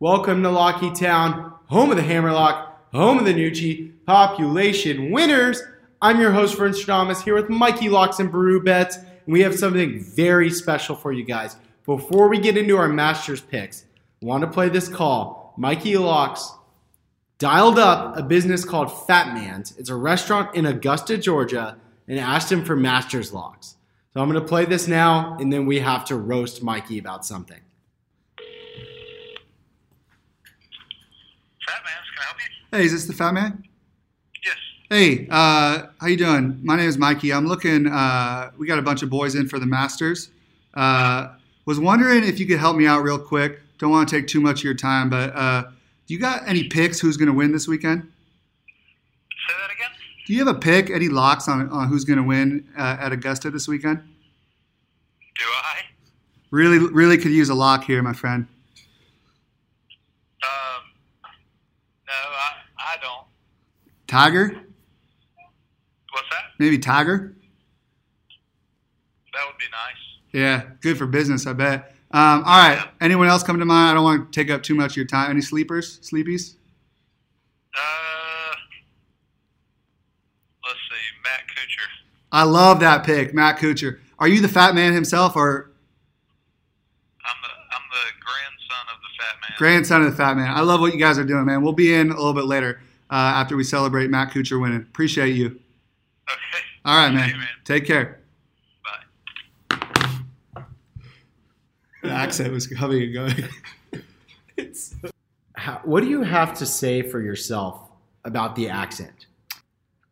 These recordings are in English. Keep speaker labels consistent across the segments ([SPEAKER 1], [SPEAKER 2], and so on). [SPEAKER 1] Welcome to Locky Town, home of the Hammerlock, home of the Nucci, population winners. I'm your host, Vern Stradamus, here with Mikey Locks and Brew Bets. And we have something very special for you guys. Before we get into our Masters picks, want to play this call. Mikey Locks dialed up a business called Fat Man's. It's a restaurant in Augusta, Georgia, and asked him for Masters locks. So I'm going to play this now, and then we have to roast Mikey about something.
[SPEAKER 2] Fat Man's, can I help you?
[SPEAKER 3] Hey, is this the Fat Man?
[SPEAKER 2] Yes.
[SPEAKER 3] Hey, uh, how you doing? My name is Mikey. I'm looking. Uh, we got a bunch of boys in for the Masters. Uh, was wondering if you could help me out real quick. Don't want to take too much of your time, but uh, do you got any picks? Who's going to win this weekend?
[SPEAKER 2] Say that again?
[SPEAKER 3] Do you have a pick? Any locks on, on who's going to win uh, at Augusta this weekend?
[SPEAKER 2] Do I?
[SPEAKER 3] Really, really could use a lock here, my friend.
[SPEAKER 2] Um, no, I, I don't.
[SPEAKER 3] Tiger,
[SPEAKER 2] What's that?
[SPEAKER 3] maybe Tiger.
[SPEAKER 2] That would be nice.
[SPEAKER 3] Yeah, good for business, I bet. Um, all right. Anyone else come to mind? I don't want to take up too much of your time. Any sleepers, sleepies?
[SPEAKER 2] Uh, let's see, Matt Kuchar.
[SPEAKER 3] I love that pick, Matt Kuchar. Are you the fat man himself or
[SPEAKER 2] I'm the, I'm the grandson of the Fat Man.
[SPEAKER 3] grandson of the fat man? I love what you guys are doing, man. We'll be in a little bit later uh, after we celebrate Matt Kuchar winning. Appreciate you.
[SPEAKER 2] Okay.
[SPEAKER 3] All right,
[SPEAKER 2] See you,
[SPEAKER 3] man.
[SPEAKER 2] man.
[SPEAKER 3] Take care.
[SPEAKER 2] Bye.
[SPEAKER 3] The accent was coming and going.
[SPEAKER 1] How, what do you have to say for yourself about the accent?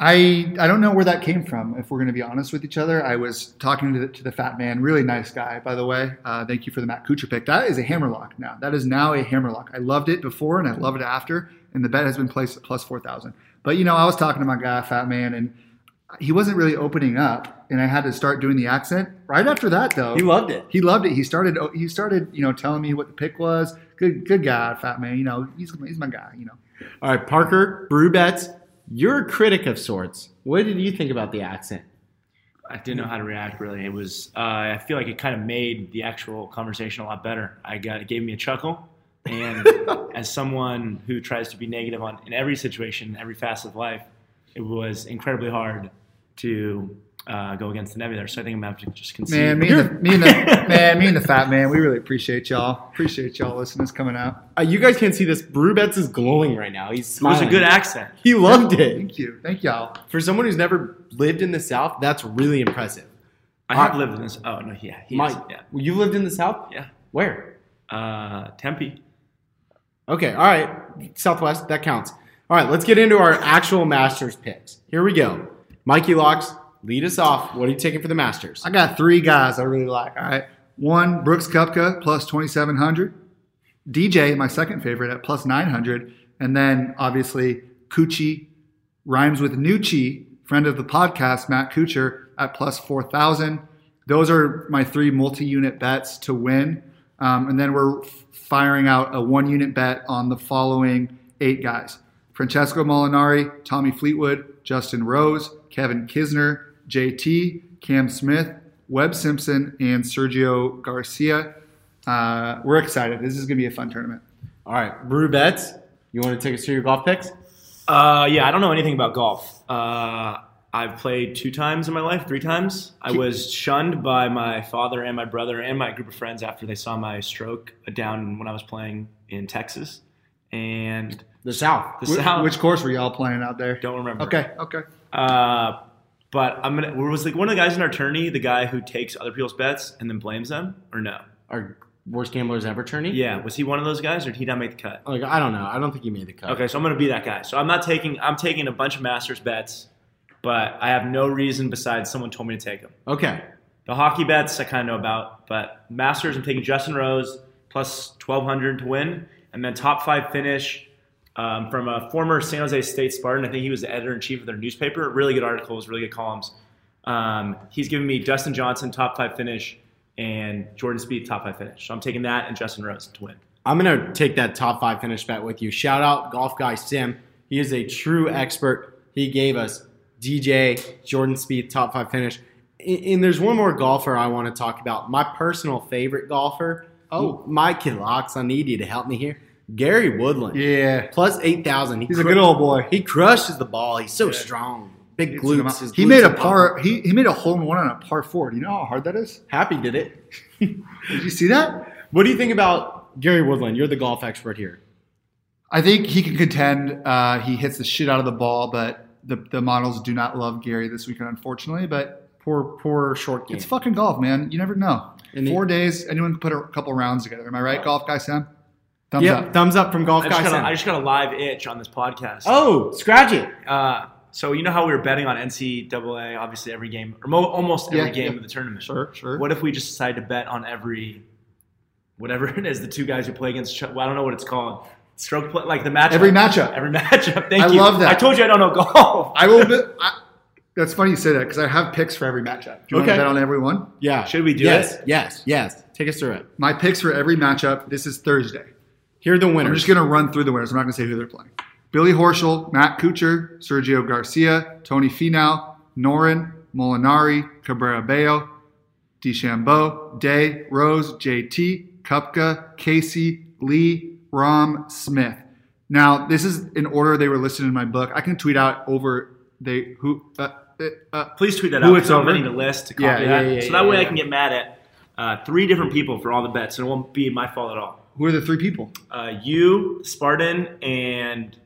[SPEAKER 3] I I don't know where that came from. If we're going to be honest with each other, I was talking to the, to the fat man, really nice guy, by the way. Uh, thank you for the Matt Kuchar pick. That is a hammerlock now. That is now a hammerlock. I loved it before and I love it after. And the bet has been placed at plus four thousand. But you know, I was talking to my guy, fat man, and he wasn't really opening up, and I had to start doing the accent. Right after that, though,
[SPEAKER 1] loved it.
[SPEAKER 3] he loved it. He started. He started. You know, telling me what the pick was. Good. Good guy, fat man. You know, he's he's my guy. You know.
[SPEAKER 1] All right, Parker, brew bets. You're a critic of sorts. What did you think about the accent?
[SPEAKER 4] I didn't know how to react really. It was uh, I feel like it kind of made the actual conversation a lot better. I got it gave me a chuckle, and as someone who tries to be negative on in every situation, every facet of life, it was incredibly hard to uh, go against the Navy there. So I think I'm gonna have to just concede.
[SPEAKER 3] Man, me and, the, me and the man, me and the fat man, we really appreciate y'all. Appreciate y'all listeners coming out.
[SPEAKER 1] Uh, you guys can't see this. Brew bets is glowing right now. He's
[SPEAKER 4] it was
[SPEAKER 1] smiling.
[SPEAKER 4] a good accent.
[SPEAKER 1] He loved it.
[SPEAKER 3] Thank you, thank y'all.
[SPEAKER 1] For someone who's never lived in the South, that's really impressive.
[SPEAKER 4] I have lived in this. Oh no, yeah, he
[SPEAKER 1] Mike,
[SPEAKER 4] is, yeah,
[SPEAKER 1] you lived in the South?
[SPEAKER 4] yeah.
[SPEAKER 1] Where?
[SPEAKER 4] Uh, Tempe.
[SPEAKER 1] Okay, all right. Southwest, that counts. All right, let's get into our actual Masters picks. Here we go. Mikey Locks, lead us off. What are you taking for the Masters?
[SPEAKER 3] I got three guys I really like. All right, one Brooks Kupka plus twenty seven hundred, DJ my second favorite at plus nine hundred, and then obviously Coochie rhymes with Nucci, friend of the podcast Matt Kuchar at plus four thousand. Those are my three multi unit bets to win, um, and then we're f- firing out a one unit bet on the following eight guys. Francesco Molinari, Tommy Fleetwood, Justin Rose, Kevin Kisner, JT, Cam Smith, Webb Simpson, and Sergio Garcia. Uh, we're excited. This is going to be a fun tournament.
[SPEAKER 1] All right, Brew bets. You want to take us through your golf picks?
[SPEAKER 4] Uh, yeah, I don't know anything about golf. Uh, I've played two times in my life, three times. I was shunned by my father and my brother and my group of friends after they saw my stroke down when I was playing in Texas. And
[SPEAKER 1] The South.
[SPEAKER 4] the
[SPEAKER 3] Wh-
[SPEAKER 4] sound,
[SPEAKER 3] Which course were y'all playing out there?
[SPEAKER 4] don't remember.
[SPEAKER 3] Okay, okay.
[SPEAKER 4] Uh, but I'm gonna. Was like one of the guys in our tourney, the guy who takes other people's bets and then blames them, or no?
[SPEAKER 1] Our worst gamblers ever, tourney?
[SPEAKER 4] Yeah, was he one of those guys, or did he not make the cut?
[SPEAKER 1] Like, I don't know. I don't think he made the cut.
[SPEAKER 4] Okay, so I'm gonna be that guy. So I'm not taking. I'm taking a bunch of Masters bets, but I have no reason besides someone told me to take them.
[SPEAKER 1] Okay.
[SPEAKER 4] The hockey bets I kind of know about, but Masters I'm taking Justin Rose, plus 1,200 to win. And then top five finish um, from a former San Jose State Spartan. I think he was the editor in chief of their newspaper. Really good articles, really good columns. Um, he's giving me Dustin Johnson, top five finish, and Jordan Speed, top five finish. So I'm taking that and Justin Rose to win.
[SPEAKER 1] I'm going to take that top five finish bet with you. Shout out golf guy Sim. He is a true expert. He gave us DJ, Jordan Speed, top five finish. And- And there's one more golfer I want to talk about. My personal favorite golfer.
[SPEAKER 3] Oh.
[SPEAKER 1] Mike Locks. I need you to help me here. Gary Woodland.
[SPEAKER 3] Yeah.
[SPEAKER 1] Plus 8,000. He
[SPEAKER 3] He's a
[SPEAKER 1] cru-
[SPEAKER 3] good old boy.
[SPEAKER 1] He crushes the ball. He's so
[SPEAKER 3] Yeah.
[SPEAKER 1] strong. Big
[SPEAKER 3] It's an
[SPEAKER 1] glutes.
[SPEAKER 3] amount-
[SPEAKER 1] His
[SPEAKER 3] he
[SPEAKER 1] glutes
[SPEAKER 3] made a
[SPEAKER 1] are
[SPEAKER 3] par.
[SPEAKER 1] pumping.
[SPEAKER 3] He, he made a hole in one on a par four. Do you know how hard that is?
[SPEAKER 1] Happy did it.
[SPEAKER 3] Did you see that?
[SPEAKER 1] What do you think about Gary Woodland? You're the golf expert here.
[SPEAKER 3] I think he can contend. Uh, he hits the shit out of the ball, but the, the models do not love Gary this weekend, unfortunately. But
[SPEAKER 1] Poor, poor short game.
[SPEAKER 3] it's fucking golf, man. You never know.
[SPEAKER 1] And he-
[SPEAKER 3] Four days, anyone can put a couple rounds together. Am I right, golf guy Sam? Thumbs
[SPEAKER 1] Yep,
[SPEAKER 3] up.
[SPEAKER 1] thumbs up from golf
[SPEAKER 4] I just,
[SPEAKER 1] guy.
[SPEAKER 4] got a,
[SPEAKER 1] Sam.
[SPEAKER 4] I just got a live itch on this podcast.
[SPEAKER 1] oh, scratch it.
[SPEAKER 4] Uh, so you know how we were betting on NCAA, obviously every game, or mo- almost every
[SPEAKER 3] Yeah,
[SPEAKER 4] game
[SPEAKER 3] yeah.
[SPEAKER 4] of the tournament.
[SPEAKER 3] Sure, sure.
[SPEAKER 4] What if we just decide to bet on every, whatever it is, the two guys who play against each other? Well, I don't know what it's called. Stroke play, like the matchup.
[SPEAKER 3] Every matchup.
[SPEAKER 4] Every matchup. Thank
[SPEAKER 3] I
[SPEAKER 4] you.
[SPEAKER 3] love that.
[SPEAKER 4] I told you I don't know golf.
[SPEAKER 3] I will. Be, I, that's funny you say that because I have picks for every matchup. Do you want
[SPEAKER 1] Okay.
[SPEAKER 3] to bet on every one?
[SPEAKER 1] Yeah.
[SPEAKER 4] Should we do
[SPEAKER 1] yes,
[SPEAKER 4] it?
[SPEAKER 1] Yes, yes, Take us through it.
[SPEAKER 3] My picks for every matchup. This is Thursday.
[SPEAKER 1] Here are the winners.
[SPEAKER 3] I'm just going to run through the winners. I'm not going to say who they're playing. Billy Horschel, Matt Kuchar, Sergio Garcia, Tony Finau, Norin, Molinari, Cabrera Bayo, DeChambeau, Day, Rose, JT, Kupka, Casey, Lee, Rom, Smith. Now, this is in order they were listed in my book. I can tweet out over they who uh, uh, uh,
[SPEAKER 4] Please tweet that
[SPEAKER 3] Who
[SPEAKER 4] out.
[SPEAKER 3] it's
[SPEAKER 4] because I'm
[SPEAKER 3] over?
[SPEAKER 4] running a list to copy
[SPEAKER 3] Yeah, yeah,
[SPEAKER 4] that.
[SPEAKER 3] yeah,
[SPEAKER 4] so
[SPEAKER 3] yeah,
[SPEAKER 4] that way
[SPEAKER 3] yeah.
[SPEAKER 4] I can get mad at uh, three different people for all the bets, and it won't be my fault at all.
[SPEAKER 3] who are the three people?
[SPEAKER 4] Uh, you, Spartan, and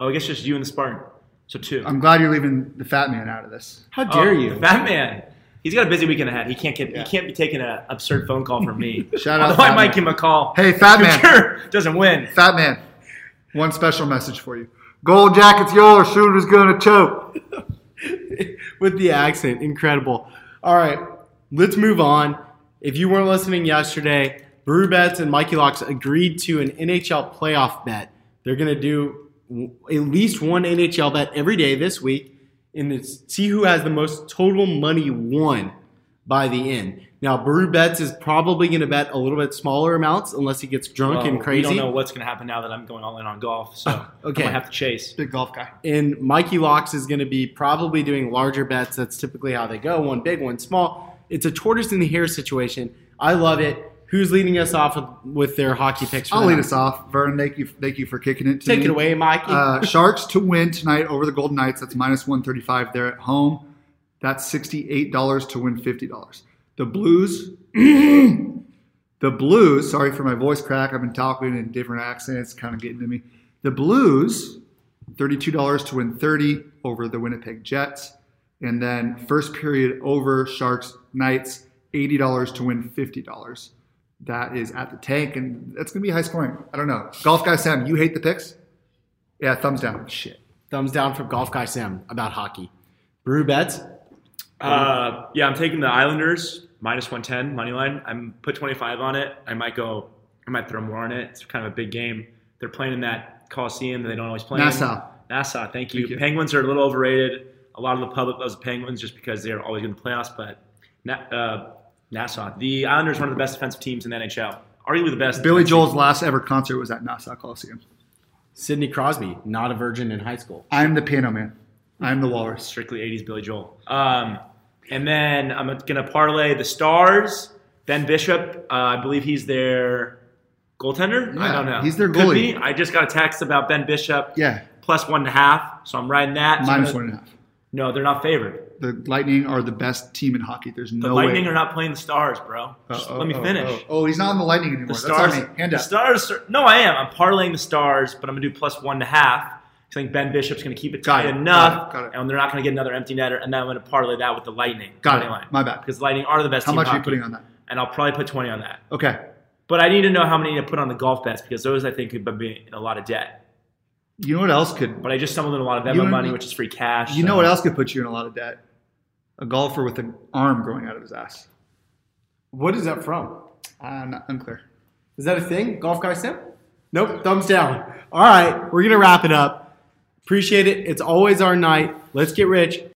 [SPEAKER 4] oh, I guess just you and the Spartan. So two.
[SPEAKER 3] I'm glad you're leaving the fat man out of this.
[SPEAKER 1] How dare
[SPEAKER 4] Oh,
[SPEAKER 1] you?
[SPEAKER 4] Fat man. He's got a busy weekend ahead. He can't get. He can't be taking an absurd phone call from me.
[SPEAKER 3] Shout out
[SPEAKER 4] Although I
[SPEAKER 3] Fat
[SPEAKER 4] might
[SPEAKER 3] Man.
[SPEAKER 4] give him a call.
[SPEAKER 3] Hey, Fat Man.
[SPEAKER 4] Sure, doesn't win.
[SPEAKER 3] Fat man, one special message for you. Gold jacket's yours. Shooter's gonna choke.
[SPEAKER 1] With the accent, incredible. All right, let's move on. If you weren't listening yesterday, Brew Bets and Mikey Locks agreed to an NHL playoff bet. They're going to do w- at least one NHL bet every day this week and it's, see who has the most total money won by the end. Now, Brew Bets is probably going to bet a little bit smaller amounts unless he gets drunk
[SPEAKER 4] Well,
[SPEAKER 1] and crazy.
[SPEAKER 4] Oh,
[SPEAKER 1] Oh,
[SPEAKER 4] We don't know what's going to happen now that I'm going all in on golf. So
[SPEAKER 1] Okay.
[SPEAKER 4] I might have to chase.
[SPEAKER 3] Big golf guy.
[SPEAKER 1] and Mikey Locks is going to be probably doing larger bets. That's typically how they go one big, one small. It's a tortoise and the hare situation. I love it. Who's leading us off with, with their hockey picks? for
[SPEAKER 3] I'll
[SPEAKER 1] the
[SPEAKER 3] lead
[SPEAKER 1] night?
[SPEAKER 3] us off. Vern, thank you, thank you for kicking it. To
[SPEAKER 1] Take
[SPEAKER 3] me.
[SPEAKER 1] it away, Mikey.
[SPEAKER 3] Uh, Sharks to win tonight over the Golden Knights. That's minus one thirty-five. They're at home. That's sixty-eight dollars to win fifty dollars. The Blues. the Blues. Sorry for my voice crack. I've been talking in different accents, kind of getting to me. The Blues. Thirty-two dollars to win thirty over the Winnipeg Jets, and then first period over Sharks Knights. Eighty dollars to win fifty dollars. That is at the tank, and that's going to be high scoring. I don't know. Golf guy Sam, you hate the picks? Yeah, thumbs down. Shit.
[SPEAKER 1] Thumbs down from Golf Guy Sam about hockey. Brew bets.
[SPEAKER 4] Uh, yeah, I'm taking the Islanders minus 110 money line. I'm put 25 on it. I might go. I might throw more on it. It's kind of a big game. They're playing in that Coliseum that they don't always play. in.
[SPEAKER 3] Nassau.
[SPEAKER 4] Nassau. Thank you.
[SPEAKER 3] you.
[SPEAKER 4] Penguins are a little overrated. A lot of the public loves the Penguins just because they're always in the playoffs. But Na- uh, Nassau, the Islanders, are one of the best defensive teams in the NHL. Arguably the best.
[SPEAKER 3] Billy Joel's last ever concert was at Nassau Coliseum.
[SPEAKER 1] Sidney Crosby, not a virgin in high school.
[SPEAKER 3] I'm the piano man. I'm the walrus.
[SPEAKER 4] strictly 80s Billy Joel. Um, and then I'm going to parlay the Stars. Ben Bishop, uh, I believe he's their goaltender. I
[SPEAKER 3] Yeah,
[SPEAKER 4] don't know.
[SPEAKER 3] he's their
[SPEAKER 4] Could
[SPEAKER 3] goalie.
[SPEAKER 4] be. I just got a text about Ben Bishop.
[SPEAKER 3] Yeah,
[SPEAKER 4] Plus one and a half. So I'm riding that. So I'm
[SPEAKER 3] minus
[SPEAKER 4] gonna-
[SPEAKER 3] one and a half.
[SPEAKER 4] No, they're not favored.
[SPEAKER 3] The Lightning are the best team in hockey. There's
[SPEAKER 4] The
[SPEAKER 3] no
[SPEAKER 4] Lightning
[SPEAKER 3] way.
[SPEAKER 4] are not playing the Stars, bro. Just
[SPEAKER 3] Uh-oh,
[SPEAKER 4] let me
[SPEAKER 3] oh,
[SPEAKER 4] finish.
[SPEAKER 3] Oh, oh, he's not on the Lightning anymore.
[SPEAKER 4] The
[SPEAKER 3] That's on
[SPEAKER 4] stars,
[SPEAKER 3] me. Hand
[SPEAKER 4] the
[SPEAKER 3] up.
[SPEAKER 4] stars. Are, no, I am. I'm parlaying the stars, but I'm gonna do plus one and a half. 'cause I think Ben Bishop's gonna keep it
[SPEAKER 3] Got
[SPEAKER 4] tight
[SPEAKER 3] it,
[SPEAKER 4] enough,
[SPEAKER 3] got it, got it.
[SPEAKER 4] and they're not gonna get another empty netter. And then I'm gonna parlay that with the Lightning.
[SPEAKER 3] Got
[SPEAKER 4] money
[SPEAKER 3] it.
[SPEAKER 4] line.
[SPEAKER 3] My bad.
[SPEAKER 4] Because Lightning are the best.
[SPEAKER 3] How
[SPEAKER 4] team
[SPEAKER 3] much
[SPEAKER 4] in
[SPEAKER 3] are you
[SPEAKER 4] hockey,
[SPEAKER 3] putting on that?
[SPEAKER 4] And I'll probably put twenty on that.
[SPEAKER 3] Okay.
[SPEAKER 4] But I need to know how many to put on the golf bets because those I think could be in a lot of debt.
[SPEAKER 3] You know what else could?
[SPEAKER 4] But I just stumbled in a lot of
[SPEAKER 3] You
[SPEAKER 4] Venmo
[SPEAKER 3] know-
[SPEAKER 4] money, which is free cash.
[SPEAKER 3] You
[SPEAKER 4] so-
[SPEAKER 3] know what else could put you in a lot of debt? A golfer with an arm growing out of his ass.
[SPEAKER 1] What is that from?
[SPEAKER 3] Uh, not unclear.
[SPEAKER 1] Is that a thing? Golf guy sim? Nope. Thumbs down. All right, we're gonna wrap it up. Appreciate it. It's always our night. Let's get rich.